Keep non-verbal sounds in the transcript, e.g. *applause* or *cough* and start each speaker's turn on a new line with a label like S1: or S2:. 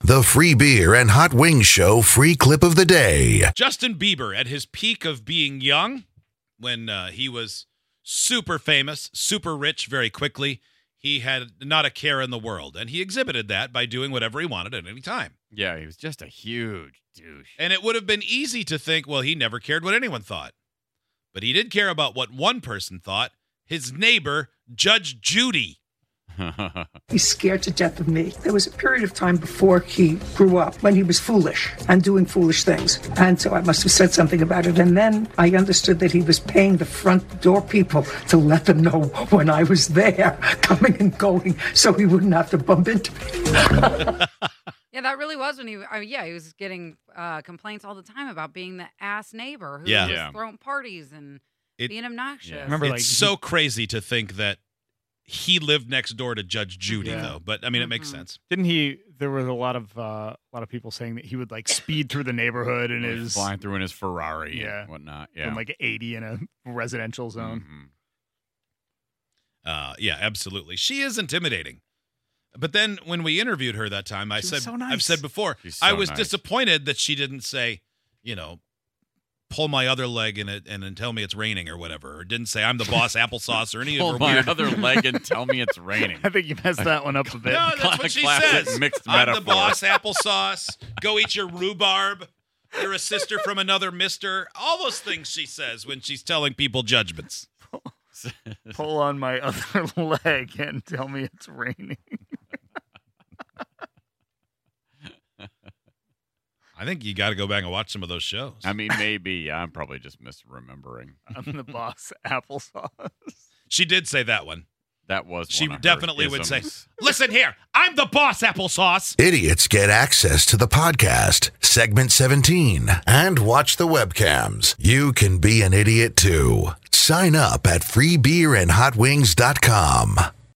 S1: The free beer and hot wings show free clip of the day.
S2: Justin Bieber at his peak of being young, when uh, he was super famous, super rich very quickly, he had not a care in the world. And he exhibited that by doing whatever he wanted at any time.
S3: Yeah, he was just a huge douche. *laughs*
S2: And it would have been easy to think, well, he never cared what anyone thought. But he did care about what one person thought his neighbor, Judge Judy.
S4: He's scared to death of me. There was a period of time before he grew up when he was foolish and doing foolish things. And so I must have said something about it. And then I understood that he was paying the front door people to let them know when I was there, *laughs* coming and going, so he wouldn't have to bump into me.
S5: Yeah, that really was when he. I mean, yeah, he was getting uh, complaints all the time about being the ass neighbor who
S2: Yeah.
S5: was
S3: Yeah.
S5: throwing parties and
S2: It-
S5: being obnoxious.
S3: Remember-
S6: Remember,
S2: it's
S6: like
S2: so crazy to think that he lived next door to Judge Judy,
S6: Yeah.
S2: though. But I mean, it makes
S5: Mhm.
S2: sense.
S6: didn't he? There was a lot of uh, a lot of people saying that he would like speed through the neighborhood and
S3: He was
S6: his
S3: Oh, flying through in his Ferrari
S6: Yeah.
S3: and whatnot. Yeah.
S6: in like 80 in a residential zone.
S3: Mhm.
S2: Uh, yeah, absolutely. She is intimidating. But then when we interviewed her that time, I
S3: She was
S2: said,
S3: so
S2: I've
S3: nice.
S2: said before,
S3: She's
S2: I
S3: so
S2: was
S3: nice.
S2: disappointed that she didn't say, you know, pull my other leg in it and then tell me it's raining or whatever, or didn't say I'm the boss
S3: *laughs*
S2: applesauce or any of her
S3: Hold my
S2: weird.
S3: other leg and tell
S2: *laughs*
S3: me it's raining.
S6: I think you messed that one up a bit.
S2: No, that's what she
S3: Classic
S2: says.
S3: mixed
S2: I'm the
S3: metaphor. *laughs*
S2: boss applesauce. Go eat your rhubarb. You're a sister from another mister. All those things she says when she's telling people judgments.
S6: Pull on my other *laughs* leg and tell me it's raining.
S2: I think you got to go back and watch some of those shows.
S3: I mean, maybe I'm probably just misremembering.
S6: I'm
S3: *laughs*
S6: the boss, applesauce.
S2: she did say that one.
S3: That was
S2: She
S3: one of her
S2: definitely would say,
S3: isms.
S2: Listen here, I'm the boss, applesauce.
S1: Idiots get access to the podcast, segment 17, and watch the webcams. You can be an idiot too. Sign up at freebeerandhotwings.com.